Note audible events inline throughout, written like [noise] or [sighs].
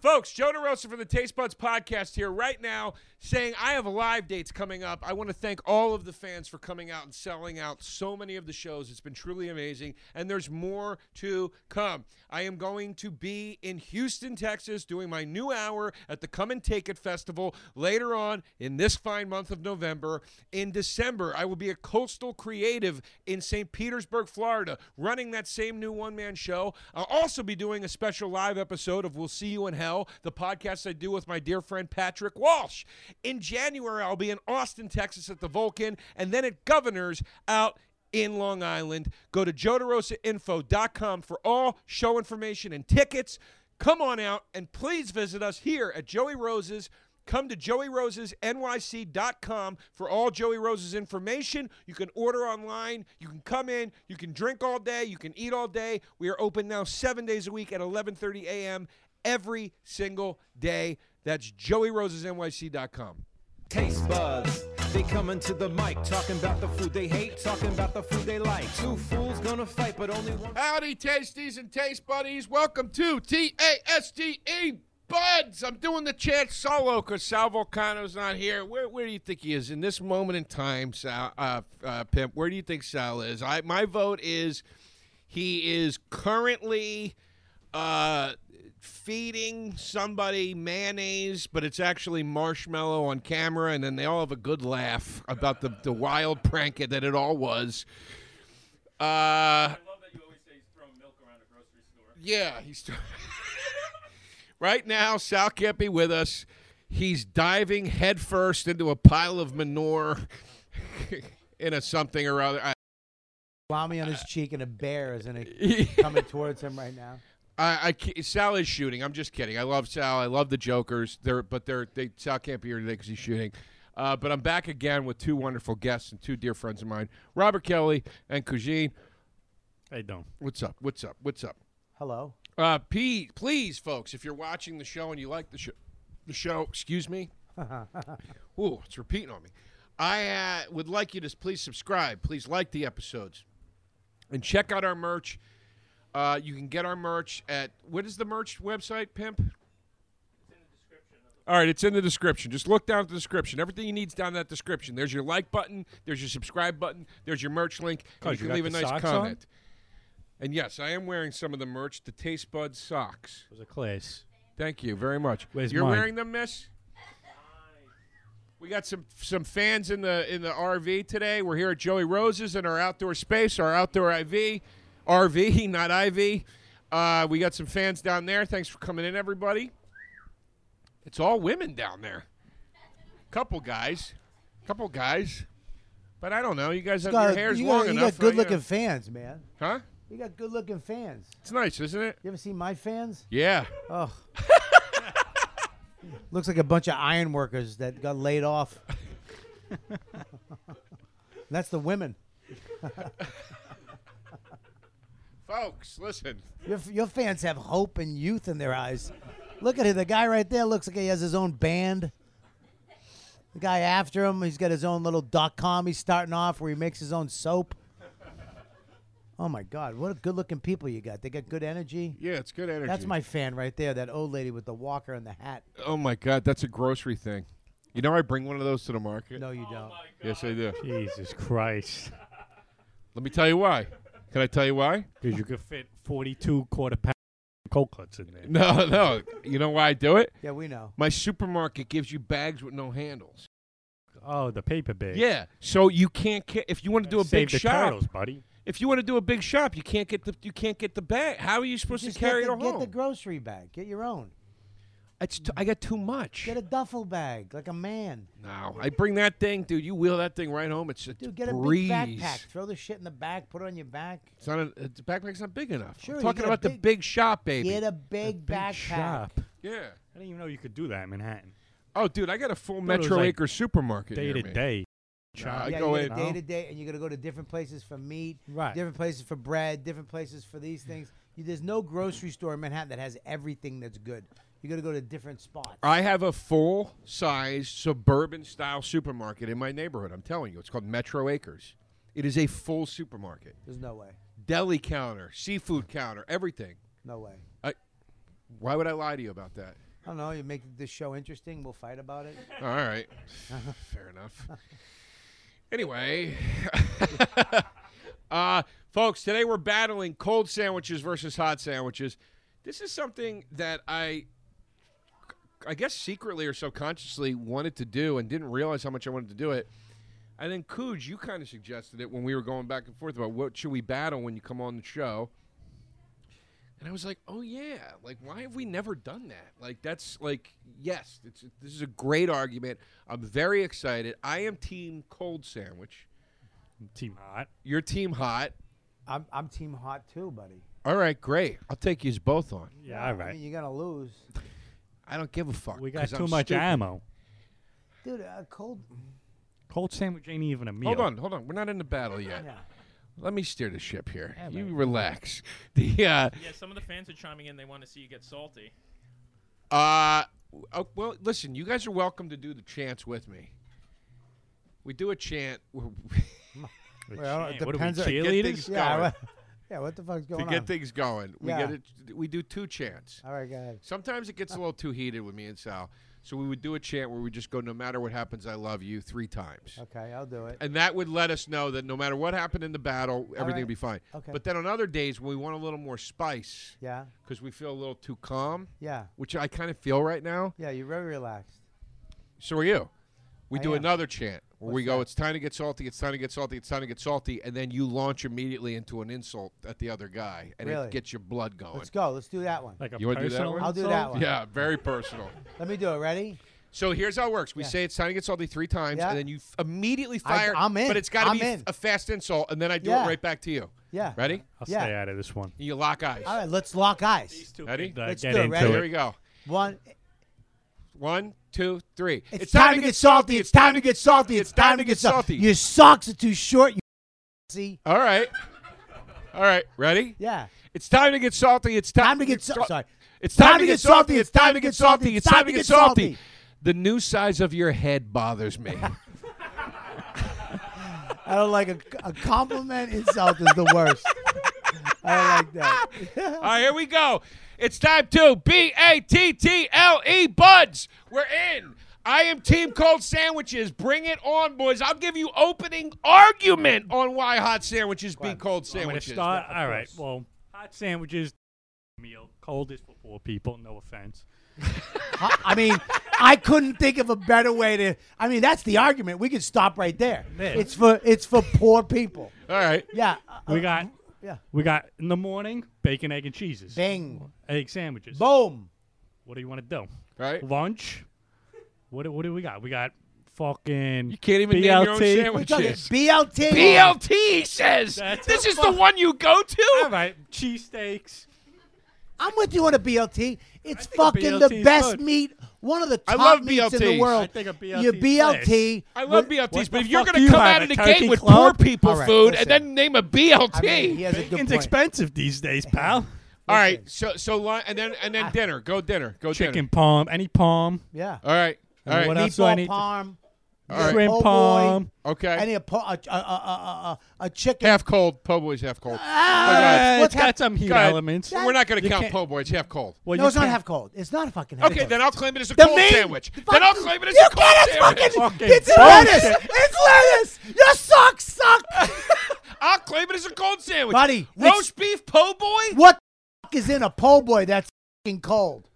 Folks, Joe DeRosa from the Taste Buds podcast here right now saying I have live dates coming up. I want to thank all of the fans for coming out and selling out so many of the shows. It's been truly amazing, and there's more to come. I am going to be in Houston, Texas, doing my new hour at the Come and Take It Festival later on in this fine month of November. In December, I will be at Coastal Creative in St. Petersburg, Florida, running that same new one man show. I'll also be doing a special live episode of We'll See You in Hell, the podcast I do with my dear friend Patrick Walsh. In January, I'll be in Austin, Texas at the Vulcan, and then at Governor's out in Long Island. Go to joderosainfo.com for all show information and tickets. Come on out and please visit us here at Joey Rose's. Come to joeyrosesnyc.com for all Joey Rose's information. You can order online. You can come in. You can drink all day. You can eat all day. We are open now seven days a week at 11:30 a.m. every single day. That's joeyrosesnyc.com. Taste buds, they coming to the mic, talking about the food they hate, talking about the food they like. Two fools gonna fight, but only one. Howdy, tasties and taste buddies. Welcome to T A S T E Buds. I'm doing the chant solo because Sal Volcano's not here. Where, where do you think he is in this moment in time, Sal, uh, uh, Pimp? Where do you think Sal is? I My vote is he is currently uh, feeding somebody mayonnaise, but it's actually marshmallow on camera, and then they all have a good laugh about the, the wild prank that it all was. Uh, I love that you always say he's throwing milk around a grocery store. yeah, he's [laughs] right now. Sal can't be with us. He's diving headfirst into a pile of manure [laughs] in a something or other. I, Salami on his cheek and a bear is in Yeah. [laughs] it coming towards him right now. I, I ca- Sal is shooting. I'm just kidding. I love Sal. I love the Jokers. They're but they're they Sal can't be here today because he's shooting. Uh, but I'm back again with two wonderful guests and two dear friends of mine, Robert Kelly and Kujin. Hey, don't. What's up? What's up? What's up? Hello. Uh, P, please, folks, if you're watching the show and you like the show, the show, excuse [laughs] me. Ooh, it's repeating on me. I uh, would like you to s- please subscribe, please like the episodes, and check out our merch. Uh, you can get our merch at what is the merch website, Pimp? All right, it's in the description. Just look down at the description. Everything you need's down in that description. There's your like button. There's your subscribe button. There's your merch link. God, And you can you got leave a the nice socks on? comment. And yes, I am wearing some of the merch, the Taste Bud socks. It was a class. Thank you very much. Where's You're mine? wearing them, Miss. We got some some fans in the in the RV today. We're here at Joey Rose's in our outdoor space, our outdoor IV, RV, [laughs] not IV. Uh, we got some fans down there. Thanks for coming in, everybody. It's all women down there. Couple guys, couple guys, but I don't know. You guys have your hair's you long got, enough. uh, good looking you know. fans, man. huh? You got good looking fans. It's nice, isn't it? You ever seen my fans? Yeah. [laughs] Oh. Looks like a bunch of iron workers that got [laughs] laid off. That's the women. Folks, listen. Your, your fans have hope and youth in their eyes. Look at it. The guy right there looks like he has his own band. The guy after him, he's got his own little dot com he's starting off where he makes his own soap. Oh my God, what a good looking people you got. They got good energy. Yeah, it's good energy. That's my fan right there, that old lady with the walker and the hat. Oh my god, that's a grocery thing. You know I bring one of those to the market. No, you don't. Yes, I do. Jesus Christ. Let me tell you why. Can I tell you why? [laughs] Because you could fit 42 quarter pound cold cuts in there. No, no. You know why I do it? Yeah, we know. My supermarket gives you bags with no handles. Oh, the paper bag. Yeah, so you can't get if you want to do a Save big the shop. turtles, buddy. If you want to do a big shop, you can't get the you can't get the bag. How are you supposed Just to carry get the, it get home? the grocery bag. Get your own. it's t- I got too much. Get a duffel bag like a man. no, I bring that thing, dude. You wheel that thing right home. It's a Dude, get a breeze. big backpack. Throw the shit in the back. Put it on your back. It's not a, the backpack's not big enough. Sure, I'm you talking get a about the big- big shop, baby. Get a big, Big backpack. shop. yeah. I didn't even know you could do that in Manhattan. Oh, dude, I got a full thought it was Metro like Acre supermarket. Day near to me. day. Nah, I yeah, go you in. gotta day to day, and you're gonna go to different places for meat, Right. different places for bread, different places for these things. You, there's no grocery store in Manhattan that has everything that's good. You gotta go to different spots. I have a full size suburban style supermarket in my neighborhood. I'm telling you, it's called Metro Acres. It is a full supermarket, There's no way, deli counter, seafood counter, everything. no way. I, why would I lie to you about that? I don't know. You make this show interesting. We'll fight about it. All right. Fair enough. Anyway, [laughs] uh, folks, today we're battling cold sandwiches versus hot sandwiches. This is something that I, I guess, secretly or subconsciously wanted to do and didn't realize how much I wanted to do it. And then, Cooge, you kind of suggested it when we were going back and forth about what should we battle when you come on the show. And I was like, "Oh yeah, like why have we never done that? Like that's like yes, it's, this is a great argument. I'm very excited. I am team cold sandwich. Team hot. You're team hot. I'm, I'm team hot too, buddy. All right, great. I'll take yous both on. Yeah, all I mean, right. you're gonna lose, I don't give a fuck. We got 'cause too I'm much stupid. ammo. dude. A cold. Cold sandwich ain't even a meal. Hold on, hold on. We're not in the battle yet. Yeah. Let me steer the ship here. you relax. [laughs] The uh, Yeah, some of the fans are chiming in. They want to see you get salty. Uh, oh, well, listen, you guys are welcome to do the chants with me. We do a chant [laughs] w- Well, it shame. What are we, depends. on- get things Cheerleaders? yeah, going. what, [laughs] yeah. What the fuck's going To on? get things going, we Yeah. get it. We do two chants. All right, go ahead. Sometimes it gets a little too heated with me and Sal, so we would do a chant where we just go, "No matter what happens, I love you" three times, Okay, I'll do it. and that would let us know that no matter what happened in the battle, everything right. would be fine. Okay. But then on other days, when we want a little more spice Yeah, because we feel a little too calm, yeah, which I kind of feel right now. yeah. You're very relaxed. So are you. We I do am. another chant where we What's go, that? it's time to get salty, it's time to get salty, it's time to get salty, and then you launch immediately into an insult at the other guy, and Really? it gets your blood going. Let's go. Let's do that one. Like a You wanna do that personal one? I'll do that insult? one. Yeah, very personal. Let me do it. Ready? So here's how it works: we Yeah. say it's time to get salty three times, Yeah. and then you f- immediately I- fire. I'm in. but it's got to I'm be f- in. a fast insult, and then I do Yeah. it right back to you. Yeah. Ready? I'll Yeah. stay out of this one. You lock eyes. All right. Let's lock eyes. two Ready? Uh, Let's get do it, into ready? Here we go. One. One, two, three. It's, time, to get salty. It's time to get salty. It's time to get salty. Your socks are too short. You see? All right. All right. Ready? Yeah. It's time to get salty. It's time, Time to get sal- so- sorry. It's time, to get salty. It's time to get salty. It's time to get salty. The new size of your head bothers [laughs] me. I don't like a, a compliment insult is the worst. I don't like that. All right, here we go. It's time to B A T T L E buds. We're in. I am Team Cold Sandwiches. Bring it on, boys. I'll give you opening argument on why hot sandwiches be cold I'm gonna sandwiches. start. all right. Well, hot sandwiches, meal. Cold is for poor people. No offense. I, I mean, I couldn't think of a better way to. I mean, that's the argument. We could stop right there. Man. It's for it's for poor people. All right. Yeah. uh, We got. yeah. We got in the morning bacon, egg, and cheeses. Bing. Egg sandwiches. Boom. what do you want to do? All right. Lunch. What do, what do we got? We got fucking. You can't even BLT. name your own We're sandwich. talking Cheers. BLT. BLT he says That's this a is the fuck- one you go [laughs] All to. right, cheesesteaks. I'm with you on a BLT. It's think a fucking BLT the 's best good. meat, one of the I top love meats in BLTs. the world. I think a Your BLT 's BLT. I love with- BLTs, what but the if you're fuck gonna you come have, out of a the turkey gate with club? poor people All right, food listen. and then name a BLT, I mean, he has a good Bacon's point. expensive these days, pal. all right, so so lun- and then and then dinner, go dinner, go Ah. Chicken dinner. palm, any palm, Yeah. All right, all right, What else do I Meatball need to- parm. right. shrimp Oh, boy. palm. okay. I need a, po- a, a, a, a, a, a chicken. Ah, half cold, po' boys half cold. Uh, what's it's got hap- some heat Go ahead. elements. We're not gonna You count can't- po' boys half cold. Well, no, you it's not can't- half cold. It's not fucking half Okay, cold. then I'll claim it as a The cold main- sandwich. the Then I'll fucking- claim it as you a cold can't, It's sandwich. fucking, Fucking it's bullshit. lettuce. It's lettuce. Your socks [laughs] suck. I'll claim it as a cold sandwich. Buddy, roast beef po' boy, what the fuck is in a po' boy that's fucking cold?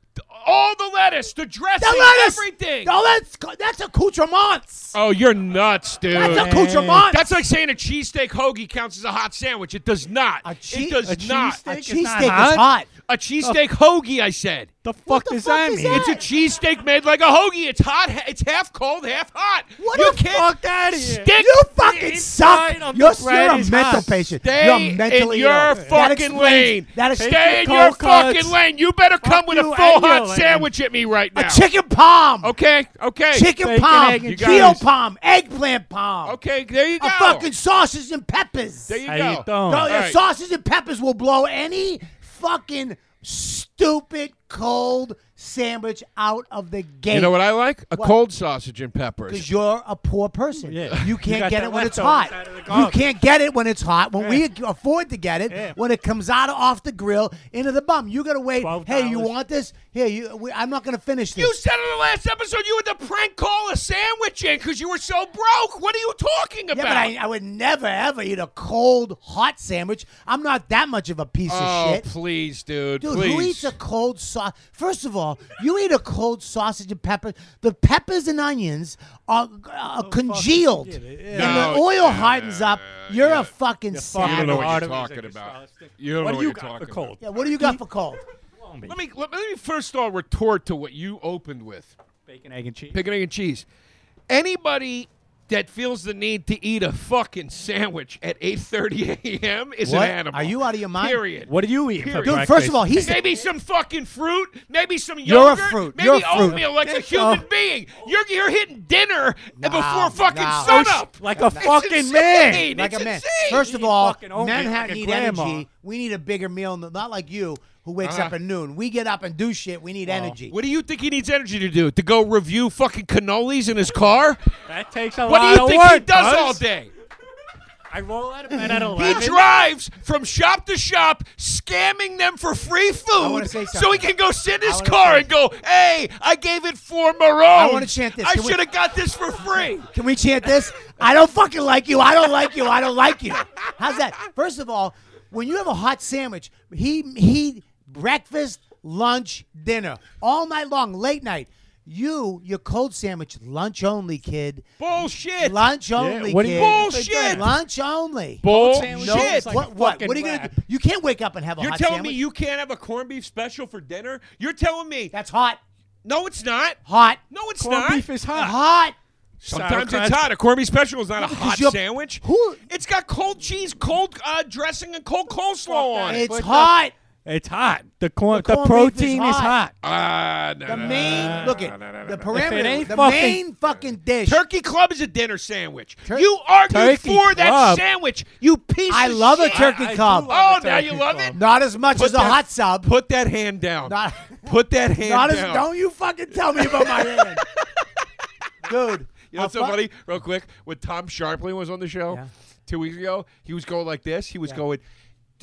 all the lettuce, the dressing, The lettuce. everything. No, that's co- that's accoutrements. Oh, you're nuts, dude. That's accoutrements. That's like saying a cheesesteak hoagie counts as a hot sandwich. It does not. A it chee- does a not. a cheesesteak is cheesesteak is not hot. hot. A cheesesteak hoagie, I said. The fuck the does fuck that is mean? It's that? a cheesesteak made like a hoagie. It's hot. ha- It's half cold, half hot. What you the can't fuck that is? Stick You fucking inside suck. of the You're, bread you're a is mental hot. patient. Stay you're mentally in your ill. that fucking explains, lane. That explains Stay in your your cold cuts. fucking lane. You better come with a you full and your hot lane. sandwich at me right now. a chicken palm. Okay. Okay. Chicken Bacon, palm. egg, and Veal cheese. palm. Eggplant palm. Okay. There you go. A fucking sausage and peppers. There you How go. you doing? No, All right. Sausage and peppers will blow any fucking stupid cold sandwich out of the gate. You know what I like? A What? cold sausage and Because peppers. you're a poor person. Yeah. You You can't got get the it when it's leftovers hot. out of the You garbage. can't get it when it's hot. When we ac- afford to get it, Yeah. when it comes out off the grill into the bum, you gotta wait. $12. Hey, you want this? Here, you. We, I'm not gonna finish this. You said on the last episode you had the prank call a sandwich in because you were so broke. What are you talking yeah, about? but I, I would never ever eat a cold hot sandwich. I'm not that much of a piece oh, of shit. please, dude. Dude, please. who eats a cold sauce? First of all, you eat a cold sausage and pepper. The peppers and onions are, Oh, are congealed, yeah, yeah. and the No, oil yeah, hardens up. You're yeah. a fucking You're savage. fucking You don't know what you're Artemis talking is about. exhausted. You don't What know do you you're got for talking cold? Yeah, what do you got for cold? about. Let me, let, me first of all retort to what you opened with. Bacon, egg, and cheese. Picking egg and cheese. Anybody that feels the need to eat a fucking sandwich at 8.30 a.m. is What? an animal. Are you out of your mind? Period. What do you eat? For Period. Dude, breakfast? first of all, he's maybe some fucking fruit, maybe some You're a yogurt, fruit. maybe You're a fruit. oatmeal like a Get human off. being. You're you're hitting dinner No, before fucking no. sunup. like a It's fucking insane. man. like It's a man. insane. First of You all, fucking owe me men have like a need grandma. energy. We need a bigger meal, not like you who wakes up Uh-huh. at noon. We get up and do shit. We need energy. what do you think he needs energy to do? To go review fucking cannolis in his car? That takes a What do lot you of think work. he does cuz. all day? I roll out of bed at He 11. drives from shop to shop, scamming them for free wanna food, say so he something. can go sit in I his wanna car say- and go, "Hey, I gave it for Marone. I wanna chant this. I Can we- should have got this for free." Can we chant this? I don't fucking like you. I don't like you. I don't like you. How's that? First of all, when you have a hot sandwich, he he breakfast, lunch, dinner, all night long, late night. You your cold sandwich, lunch only, kid. Bullshit. Lunch only, what do you- kid. Bullshit. Lunch only. sandwich is Bullshit. like what, a what? fucking What are you gonna wrap. do? You can't wake up and have a You're hot telling sandwich. me you can't have a corned beef special for dinner? You're telling me That's hot. no, it's not. Hot. No, it's Corned not. beef is hot. Hot. Sometimes Sauerkraut. it's hot. A corned beef special is not a hot you're- sandwich. Who- It's got cold cheese, cold uh, dressing, and cold coleslaw on it. It's What the- hot. It's hot. The corn, the, corned beef is protein hot. Ah, no, The no, no, main no, look no, at no, no, no, the no. parameter. ain't the fucking- main fucking dish. Turkey club is a dinner sandwich. Tur- you argued Turkey for that club. sandwich. You piece. I of love a shit. turkey I do club. love [laughs] Oh, a now turkey you love club. it? Not as much as a that- hot sub. Put that hand down. Not- [laughs] Put that hand [laughs] Not as, down. don't you fucking tell me about [laughs] my hand, dude. You know what's I'll so fu- funny? Real quick, when Tom Sharpling was on the show Yeah. two weeks ago, he was going like this. He was going,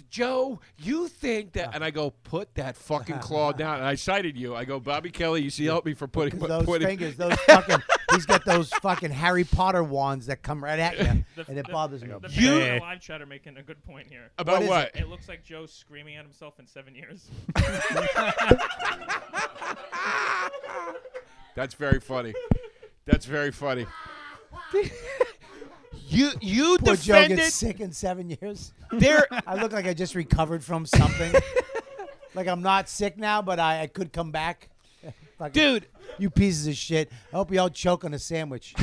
Joe, you think that? And I go, put that [laughs] fucking claw down. And I cited you. I go, Bobby Kelly, you see, help me for [laughs] putting. Those putting fingers, those fucking. he's got those fucking Harry Potter wands that come [laughs] right at you, The- and it the- bothers me. The You- you the live chat are making a good point here. Uh, about What is what? It looks like Joe's screaming at himself in seven years. [laughs] That's very funny. That's very funny. [laughs] you you Poor Joe defended gets sick in seven years. there. I look like I just recovered from something. [laughs] like I'm not sick now, but I, I could come back. [laughs] Fucking- Dude, you pieces of shit. I hope you all choke on a sandwich.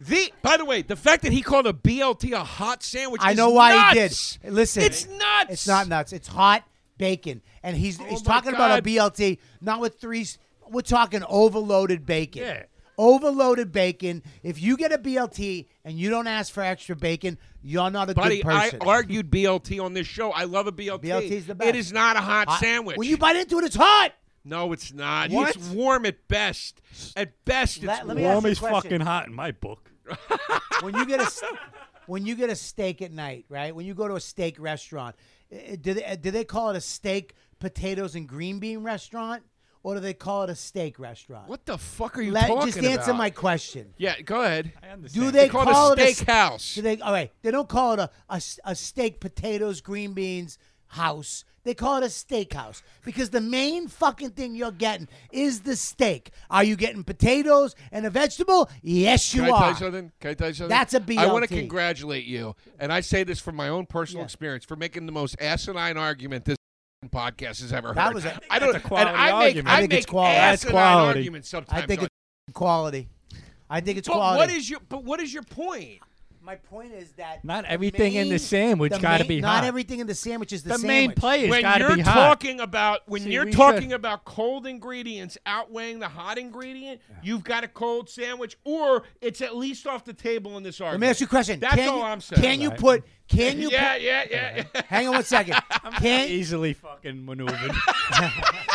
the by the way, the fact that he called a BLT a hot sandwich. I is know why nuts. he did. Listen, It's nuts. Oh It's not nuts. It's hot bacon, and he's he's my talking about a God. BLT, not with three. s- We're talking overloaded bacon. Yeah. Overloaded bacon. If you get a BLT and you don't ask for extra bacon, you're not a Buddy, good I person. argued BLT on this show. I love a BLT. BLT is the It best. is not a hot Hot- sandwich. When you bite into it, it's hot. no, it's not. What? It's warm at best. At best, it's Let- let me warm. ask Warm you a is question. fucking hot in my book. when you get a [laughs] s- when you get a steak at night, right? When you go to a steak restaurant, eh, eh, do they eh, do they call it a steak, potatoes, and green bean restaurant, or do they call it a steak restaurant? What the fuck are you Let, talking just answer about? my question. Yeah, go ahead. I understand. Do they Call call, it a it s- steakhouse. Do they all right? They don't call it a, a s- a steak, potatoes, green beans house. They call it a steakhouse because the main fucking thing you're getting is the steak. Are you getting potatoes and a vegetable? Yes, you Can I are. tell you something? Can I tell you something? That's a I want to BLT. congratulate you, and I say this from my own personal Yeah. experience for making the most asinine argument this [laughs] podcast has ever heard. That was a- I don't. That's a quality and I make argument. I, I think make it's quality. That's asinine quality. arguments sometimes. I think on- it's quality. I think it's but quality. what is your but what is your point? My point is that Not everything in the sandwich the gotta main- be Not hot. everything in the sandwich is the, The sandwich. main player's when got to you're be hot. [laughs] talking about when See, you're we talking should- about cold ingredients outweighing the hot ingredient, you've got a cold sandwich, or it's at least off the table in this Let argument. me ask you a question. That's can all you, I'm saying. Can you Right. put? Can you? [laughs] yeah, put- [laughs] yeah, yeah, yeah. hang on one [laughs] second. eh? Can easily fucking [laughs] maneuvered.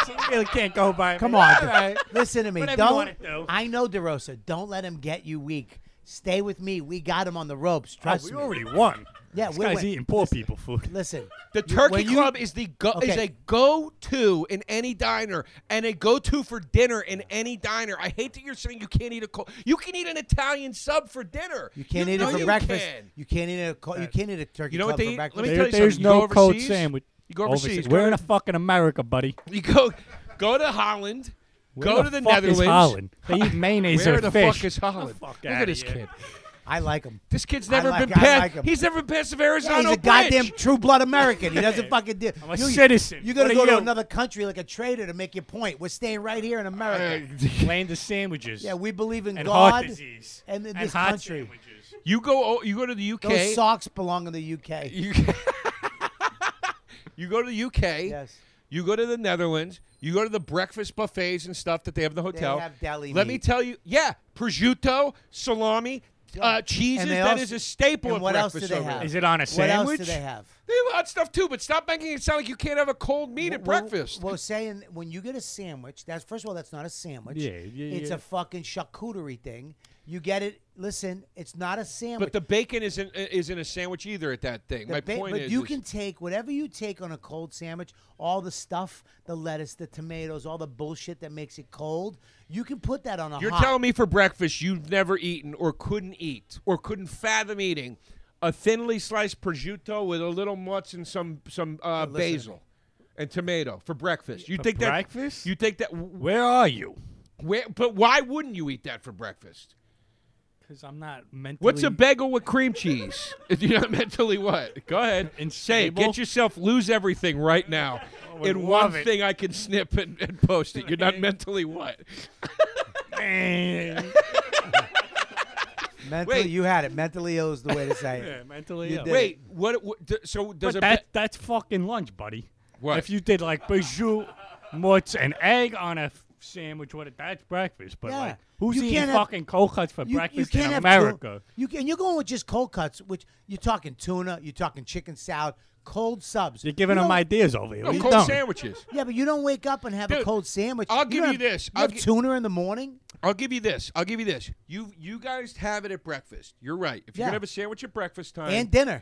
so you really can't go by. me. Oh, come on? All right. Listen to me. Whatever you don't. wanna do. I know Derosa. Don't let him get you weak. Stay with me. We got him on the ropes. Oh, Trust we me. already won. Yeah, this we guy's win. eating poor people food. Listen. The you- Turkey when you- Club is the go- is Okay. a go-to in any diner and a go-to for dinner in any diner. I hate that you're saying you can't eat a cold. You can eat an Italian sub for dinner. You can't eat know it for you breakfast. can. You can't eat a co- you can't eat a turkey You know what club they for eat? breakfast. Let me There- tell you there's something. You no go cold overseas, sandwich. you go overseas, go We're in to- a fucking America, buddy. You go go to Holland. Where go to the fuck Netherlands. Is Holland? They eat mayonnaise Where and the fish. [laughs] fuck is Holland? fuck Look at outta this here. kid. I like him. This kid's I never like- been I past. like him. he's never been past the Yeah, Arizona he's a Bridge. goddamn true blood American. He [laughs] doesn't fucking do. I'm a citizen. You gotta What are go to you? another country like a trader to make your point. We're staying right here in America. Land of sandwiches. yeah, we believe in and heart God disease. and in and this hot country. sandwiches. You go. o- You go to the Those UK. socks belong in the UK. you, you go to the UK. Yes. You go to the Netherlands. You go to the breakfast buffets and stuff that they have in the hotel. have deli Let meat. me tell you. Yeah, prosciutto, salami, uh, cheeses. And they That also- is a staple and of what else breakfast. do they over have? there. Is it on What a else sandwich? do they have? They have hot stuff too, but stop making it sound like you can't have a cold meat at Well, breakfast. Well, saying when you get a sandwich, that's first of all, that's not a sandwich. Yeah, yeah, It's yeah. a fucking charcuterie thing. You get it. Listen, it's not a sandwich. but the bacon isn't uh, isn't a sandwich either at that thing. The My ba- point but is, you is- can take whatever you take on a cold sandwich, all the stuff, the lettuce, the tomatoes, all the bullshit that makes it cold. You can put that on a You're hot. telling me for breakfast you've never eaten or couldn't eat or couldn't fathom eating a thinly sliced prosciutto with a little mutz and some some uh, listen. basil and tomato for breakfast. You For think breakfast? that you think that w- Where are you? where, but why wouldn't you eat that for breakfast? Because I'm not mentally. What's a bagel with cream [laughs] cheese? [laughs] if you're not mentally what? Go ahead. And Say it. stable? Oh, Get yourself lose everything right [laughs] now. would In one love it. thing I can snip and, and post it. You're [laughs] not mentally what? man? Mentally, Wait. you had it. Mentally ill is the way to [laughs] say it. [laughs] Yeah, mentally. You ill. did it. Wait, what, what d- so does But a ba- that that's fucking lunch, buddy. What? If you did like bijou, mutz, and egg on a f- sandwich, what? That's breakfast. But Yeah. like, who's You eating can't have- fucking cold cuts for You, you breakfast can't in have America? Tu- you can, and you're going with just cold cuts, which you're talking tuna, you're talking chicken salad, cold subs. You're giving you them don't- ideas over here. No, What are you cold doing? sandwiches. Yeah, but you don't wake up and have a Dude, cold sandwich. I'll give you don't have- this. You I'll have gi- tuna in the morning. I'll give you this. I'll give you this. You you guys have it at breakfast. You're right. If you're Yeah. gonna have a sandwich at breakfast time, and dinner.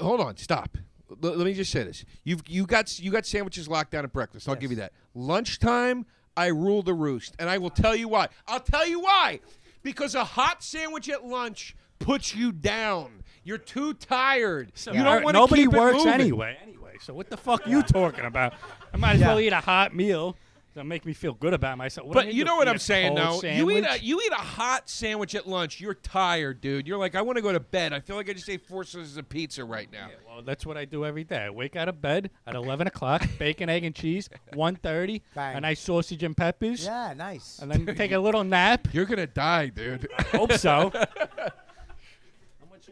hold on, stop. L- let me just say this. You've you got you got sandwiches locked down at breakfast. I'll give you that. Lunchtime, I rule the roost, and I will tell you why. I'll tell you why. Because a hot sandwich at lunch puts you down. You're too tired. you don't Alright, want to Nobody keep it works moving. anyway. Anyway, so what the fuck are you talking about? I might as well eat a hot meal. That'll make me feel good about myself. What do I But need you to know what eat I'm a saying, though. cold You eat a sandwich? you eat a hot sandwich at lunch. You're tired, dude. You're like, I want to go to bed. I feel like I just ate four slices of pizza right now. Well, that's what I do every day. I wake out of bed at 11 o'clock, bacon, egg, and cheese, 1.30, Bang. a nice sausage and peppers, Yeah, nice. and then take a little nap. You're gonna die, dude. Hope so. Yeah,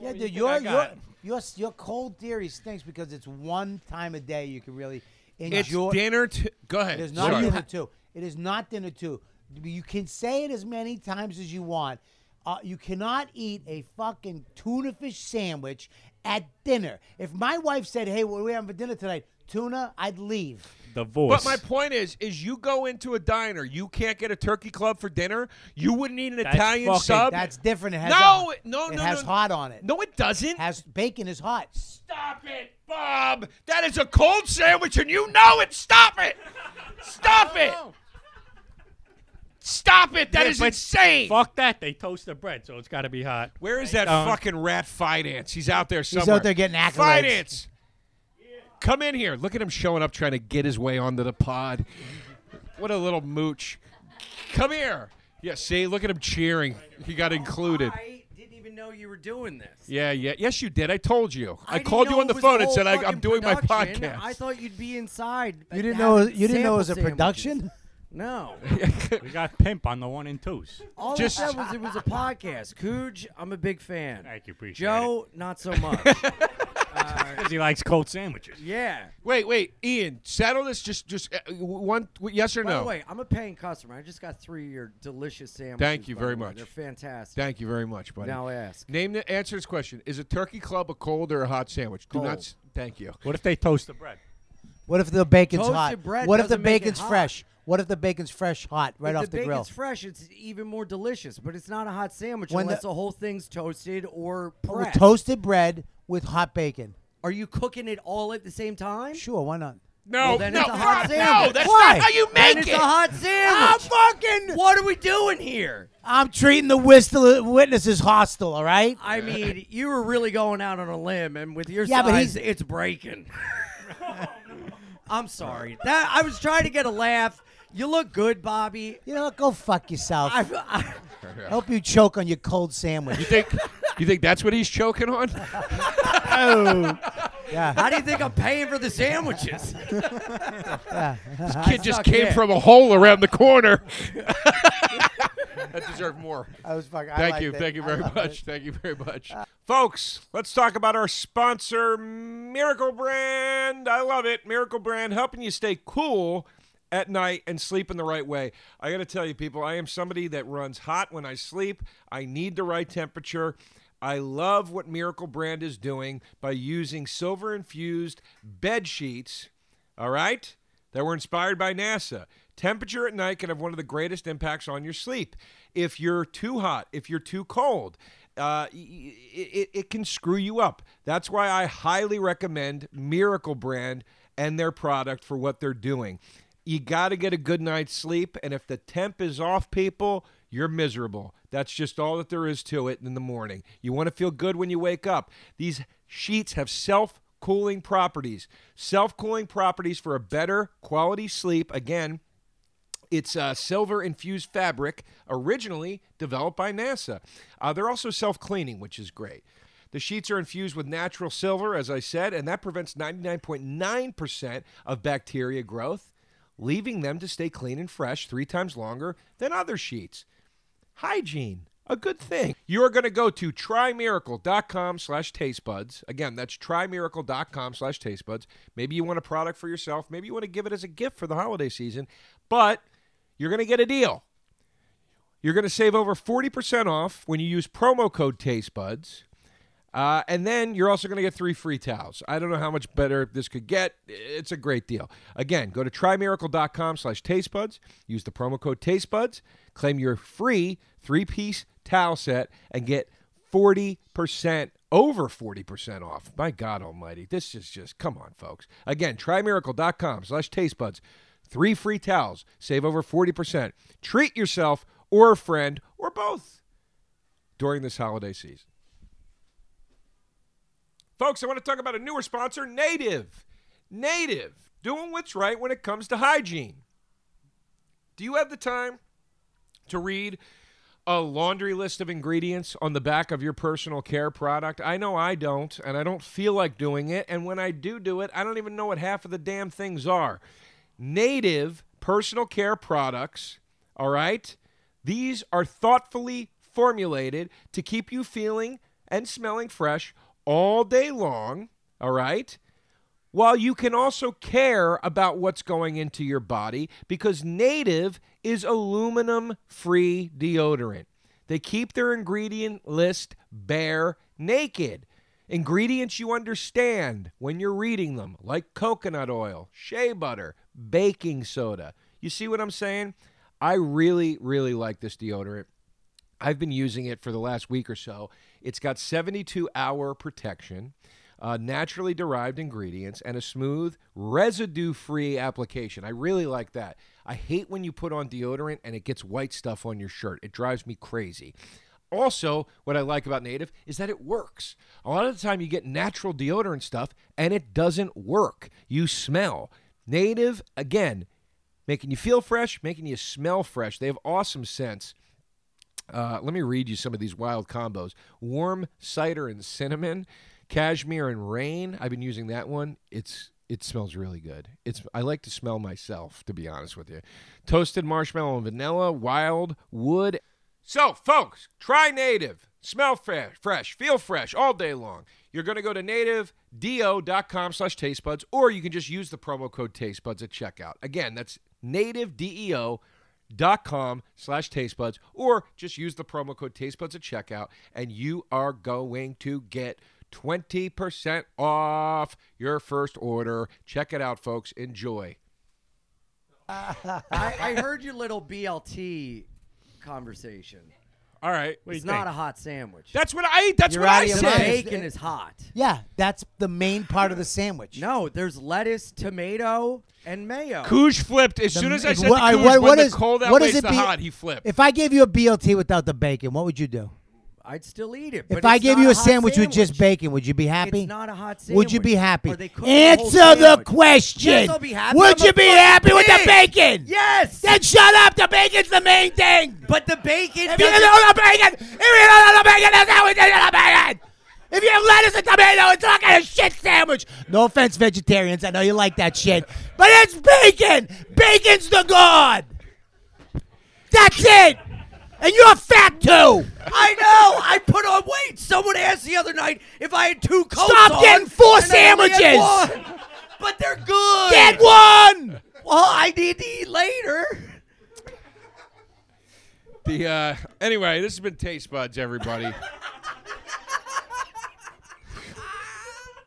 you dude, think your I your, got? your your cold theory stinks because it's one time a day you can really it's enjoy. dinner. T- go ahead. It is not Sorry. dinner two. It is not dinner two. You can say it as many times as you want. Uh, you cannot eat a fucking tuna fish sandwich at dinner. If my wife said, "Hey, what are we having for dinner tonight?" Tuna, I'd leave. Divorce. But my point is, is you go into a diner, you can't get a turkey club for dinner. You wouldn't eat an That's Italian fucking- sub. That's different. It has no, a- it- no, it no, has no. hot on it. no, it doesn't. has bacon is hot. Stop it, Bob. That is a cold sandwich, and you know it. Stop it. Stop it. Stop it. That Yeah, is but insane. Fuck that. They toast the bread, so it's got to be hot. Where is that Um, fucking rat finance? He's out there somewhere. out there getting accolades. Finance, come in here. Look at him showing up, trying to get his way onto the pod. What a little mooch! Come here. Yeah, see, look at him cheering. He got included. I didn't even know you were doing this. Yeah, yeah, yes, you did. I told you. I, didn't called know you on it the was phone and whole said I, I'm fucking doing my production. podcast. I thought you'd be inside. You didn't know. You didn't know it was a production. [laughs] No. We got pimp on the one and twos. All Just- I said was it was a podcast. Cooge, I'm a big fan. Thank you, appreciate Joe, not so much. [laughs] uh, Because he likes cold sandwiches. yeah. Wait, wait, Ian, settle this. Just, just uh, w- one. w- Yes or By no? the way, I'm a paying customer. I just got three of your delicious sandwiches. Thank you by the very way. much. They're fantastic. Thank you very much, buddy. now ask. Name the answer this question: Is a turkey club a cold or a hot sandwich? Do not. Cold. s- Thank you. What if they toast the bread? What if the bacon's Toasted hot? bread What if the doesn't make it bacon's hot. fresh? What if the bacon's fresh, hot, right if off the, the, bacon's grill? fresh, it's even more delicious. But it's not a hot sandwich When the- Oh, unless the, whole thing's toasted or With pressed. toasted bread with hot bacon. Are you cooking it all at the same time? Sure, why not? No, then no, it's a hot God, no. sandwich. That's Why? not how you Then make it's it. a hot I'm sandwich. fucking. Ah, what are we doing here? I'm treating the whistle- witnesses hostile. All right. I mean, you were really going out on a limb, and with your Yeah, but size, he's- it's breaking. [laughs] I'm sorry. That I was trying to get a laugh. You look good, Bobby. [laughs] You know, what? go fuck yourself. I, I, I hope you choke on your cold sandwich. [laughs] you think? You think that's what he's choking on? yeah. how do you think I'm paying for the sandwiches? Kid just suck came dick. from a hole around the corner. that [laughs] deserved more. I was fucking. Thank you. Thank you very much. Thank you very much. Folks, let's talk about our sponsor, Miracle Brand. I love it. Miracle Brand helping you stay cool at night and sleep in the right way. I got to tell you, people, I am somebody that runs hot when I sleep. I need the right temperature. I love what Miracle Brand is doing by using silver infused bed sheets. All right? that were inspired by NASA. Temperature at night can have one of the greatest impacts on your sleep. If you're too hot, if you're too cold, uh, y- y- it, it can screw you up. That's why I highly recommend Miracle Brand and their product for what they're doing. You got to get a good night's sleep, and if the temp is off, people, you're miserable. That's just all that there is to it in the morning. You want to feel good when you wake up. These sheets have self cooling properties. Self cooling properties for a better quality sleep. Again, it's uh, silver infused fabric, originally developed by NASA. Uh, they're also self cleaning, which is great. The sheets are infused with natural silver, as I said, and that prevents 99.9% of bacteria growth, leaving them to stay clean and fresh three times longer than other sheets hygiene a good thing you're going to go to trymiracle.com slash tastebuds again that's trymiracle.com slash tastebuds maybe you want a product for yourself maybe you want to give it as a gift for the holiday season but you're going to get a deal you're going to save over 40% off when you use promo code tastebuds uh, and then you're also going to get three free towels. I don't know how much better this could get. It's a great deal. Again, go to trymiracle.com slash tastebuds. Use the promo code tastebuds. Claim your free three-piece towel set and get 40%, over 40% off. My God almighty. This is just, come on, folks. Again, trymiracle.com slash tastebuds. Three free towels. Save over 40%. Treat yourself or a friend or both during this holiday season. Folks, I want to talk about a newer sponsor, Native. Native, doing what's right when it comes to hygiene. Do you have the time to read a laundry list of ingredients on the back of your personal care product? I know I don't, and I don't feel like doing it. And when I do do it, I don't even know what half of the damn things are. Native personal care products, all right? These are thoughtfully formulated to keep you feeling and smelling fresh all day long, all right? while you can also care about what's going into your body because Native is aluminum free deodorant. They keep their ingredient list bare naked. Ingredients you understand when you're reading them, like coconut oil, shea butter, baking soda. You see what I'm saying? I really, really like this deodorant. I've been using it for the last week or so. It's got 72 hour protection, uh, naturally derived ingredients, and a smooth, residue free application. I really like that. I hate when you put on deodorant and it gets white stuff on your shirt, it drives me crazy. Also, what I like about Native is that it works. A lot of the time, you get natural deodorant stuff and it doesn't work. You smell. Native, again, making you feel fresh, making you smell fresh. They have awesome scents. Uh, let me read you some of these wild combos warm cider and cinnamon, cashmere and rain. I've been using that one. It's It smells really good. It's I like to smell myself, to be honest with you. Toasted marshmallow and vanilla, wild wood. So, folks, try Native. Smell fresh, fresh, feel fresh all day long. You're going to go to nativedeo.com slash tastebuds, or you can just use the promo code tastebuds at checkout. Again, that's E nativedeo.com slash tastebuds, or just use the promo code tastebuds at checkout, and you are going to get 20% off your first order. Check it out, folks. Enjoy. [laughs] I, I heard your little BLT conversation. All right. It's not a hot sandwich. That's what I eat. That's You're what out I of your said. the mind. bacon is hot. Yeah, that's the main part of the sandwich. No, there's lettuce, tomato, and mayo. Cooge flipped as soon as I if- said what- to Cooge, what- when what the is- cold what does outweighs it the be- hot, he flipped. If I gave you a BLT without the bacon, what would you do? I'd still eat it. If but I it's gave not you a hot sandwich, with just sandwich. bacon, would you be happy? It's not a hot sandwich. would you be happy? Or they cook the whole Answer the sandwich. question. Yes, I'll be happy. Would I'm you a be fucking happy with the pig. bacon? Yes. Then shut up. The bacon's the main thing. but the bacon. If you don't know the bacon, if you don't know the bacon, that's how we do the bacon. If you have lettuce and tomato, it's not a shit sandwich. No offense, vegetarians. I know you like that shit. But it's bacon. Bacon's the god. That's it. And you're fat too. I know. I put on weight. Someone asked the other night if I had two coats Stop on, getting four and I only had sandwiches. one. But they're good. Get one. Well, I need to eat later. The uh, anyway, this has been Taste Buds, [laughs] everybody.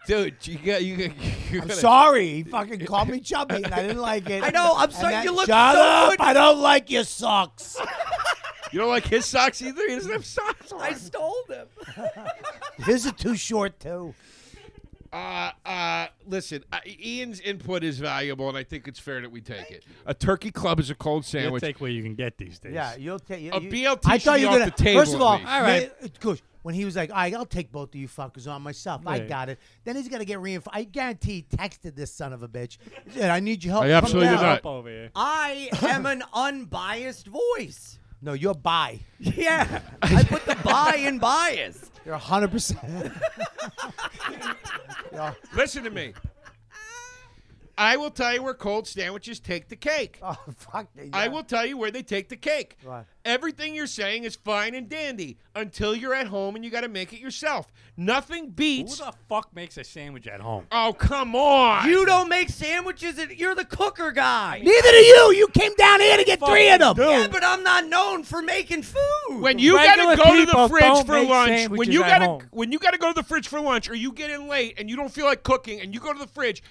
Dude, you got you. Got, [laughs] you gotta- Sorry, he fucking called me chubby, and I didn't like it. I know, I'm And sorry, that- you look Shut so up! good. I don't like your socks. You don't like his socks either. He doesn't have socks on. I stole them. His are too short too. [laughs] Uh, uh, listen, uh, Ian's input is valuable, and I think it's fair that we take it. A turkey club is a cold You sandwich. take where you can get these days. Yeah, you'll take A BLT I should thought be you were off gonna. the table first of all, at least. all right, Kush, when he was like, "All right, I'll take both of you fuckers on myself," I Right. got it. Then he's gonna get reinforced. I guarantee he texted this son of a bitch. He said, "I need your help." I Come absolutely down." did not. Up over here. I am an unbiased voice. No, you're bi. Yeah, I put the buy in bias. You're hundred percent. [laughs] Listen to me. I will tell you where cold sandwiches take the cake. Oh fuck! yeah. I will tell you where they take the cake. Right. Everything you're saying is fine and dandy until you're at home and you got to make it yourself. Nothing Who beats. the fuck makes a sandwich at home? oh come on! You don't make sandwiches. and You're the cooker guy. Neither do you. You came down here to get three of them. Yeah, but I'm not known for making food. when you gotta Regular go to the people fridge don't for make lunch, when you sandwiches at gotta home. when you gotta go to the fridge for lunch, or you get in late and you don't feel like cooking, and you go to the fridge,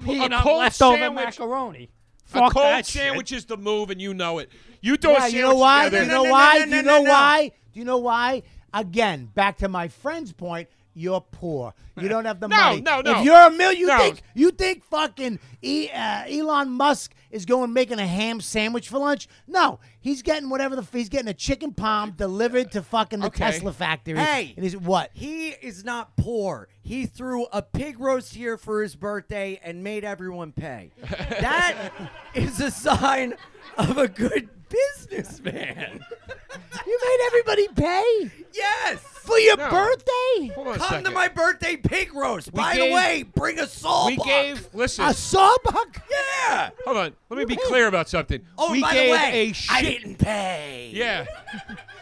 pu- Heating a up cold leftover sandwich. macaroni. A Fuck cold that shit. sandwich is the move, and you know it. You throw a Yeah, sandwich you know why? together. You No, know no, no, why? no, no, You no, know no. why? Do you know why? Again, back to my friend's point. You're poor. You don't have the No, money. no, no. If you're a mill, you No. think you think fucking e, uh, Elon Musk is going making a ham sandwich for lunch? No, he's getting whatever the f- he's getting a chicken palm delivered to fucking the Okay. Tesla factory. Hey. and he's what? He is not poor. He threw a pig roast here for his birthday and made everyone [laughs] pay. That is a sign of a good businessman. You made everybody pay Yes. for your No. birthday. Hold on a Come to second. my birthday pig roast. By gave- the way, bring a saw. we gave. Listen, A sawbuck. Yeah. hold on. Let me be clear about something. Oh, we by gave the way, a I shit. didn't pay. Yeah.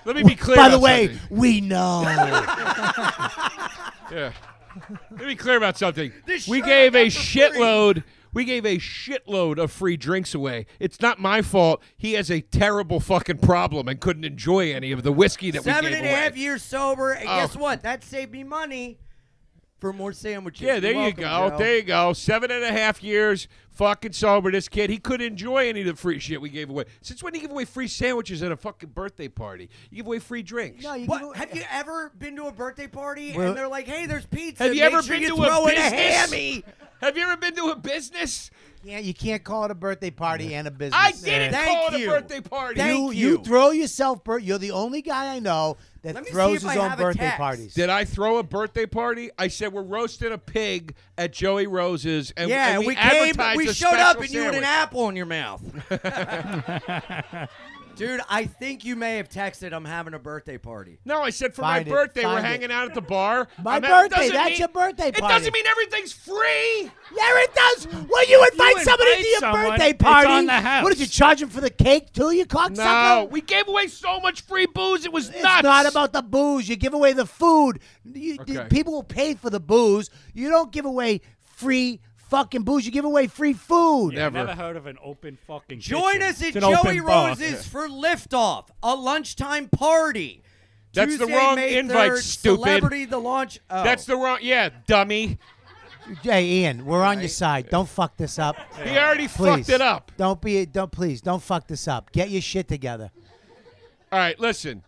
Let me be clear. By about the way, something. we know. yeah. Let me be clear about something. This we shirt gave I a got for free. shitload. We gave a shitload of free drinks away. It's not my fault. He has a terrible fucking problem and couldn't enjoy any of the whiskey that Seven we gave and a half away. years sober, and Oh. guess what? That saved me money for more sandwiches. Yeah, there You're you welcome, go. Joe. There you go. Seven and a half years fucking sober. This kid, he couldn't enjoy any of the free shit we gave away. Since when do you give away free sandwiches at a fucking birthday party? You give away free drinks. No, you What, have you ever been to a birthday party Well- and they're like, "Hey, there's pizza." Have you make ever sure been you to throw a in business? hammy. Have you ever been to a business? can't you can't call it a birthday party and a business. I didn't Thank call it a you. birthday party. Thank you, you. throw yourself. Bir- you're the only guy I know that Let me see throws if his I own have a birthday text. parties. Did I throw a birthday party? I said we're roasting a pig at Joey Rose's, and, Yeah, and we, came, advertised we a showed up, special [laughs] and you had an sandwich. apple in your mouth. [laughs] Dude, I think you may have texted, I'm having a birthday party. No, I said for Find it, my birthday, we're find it. hanging out at the bar. My I'm at- it birthday, doesn't that's your birthday It party. doesn't mean everything's free. Yeah, it does. Well, you invite somebody invite to your someone, birthday it's party. on the house. What did you charge him for the cake too? You cocksucker. No, we gave away so much free booze. It was It's nuts. not about the booze. You give away the food. You, the Okay. people will pay for the booze. You don't give away free fucking booze. You give away free food. Yeah. Never. Never. heard of an open fucking. Join kitchen. us at It's an open Joey bar. Rose's for Liftoff, a lunchtime party. That's the Tuesday, wrong May invite, 3rd, stupid. Celebrity, the launch. Oh. That's the wrong. Yeah, dummy. Hey, Ian, we're on your side. Don't fuck this up. [laughs] He already Please. fucked it up. Don't be. Don't please. Don't fuck this up. Get your shit together. All right, listen.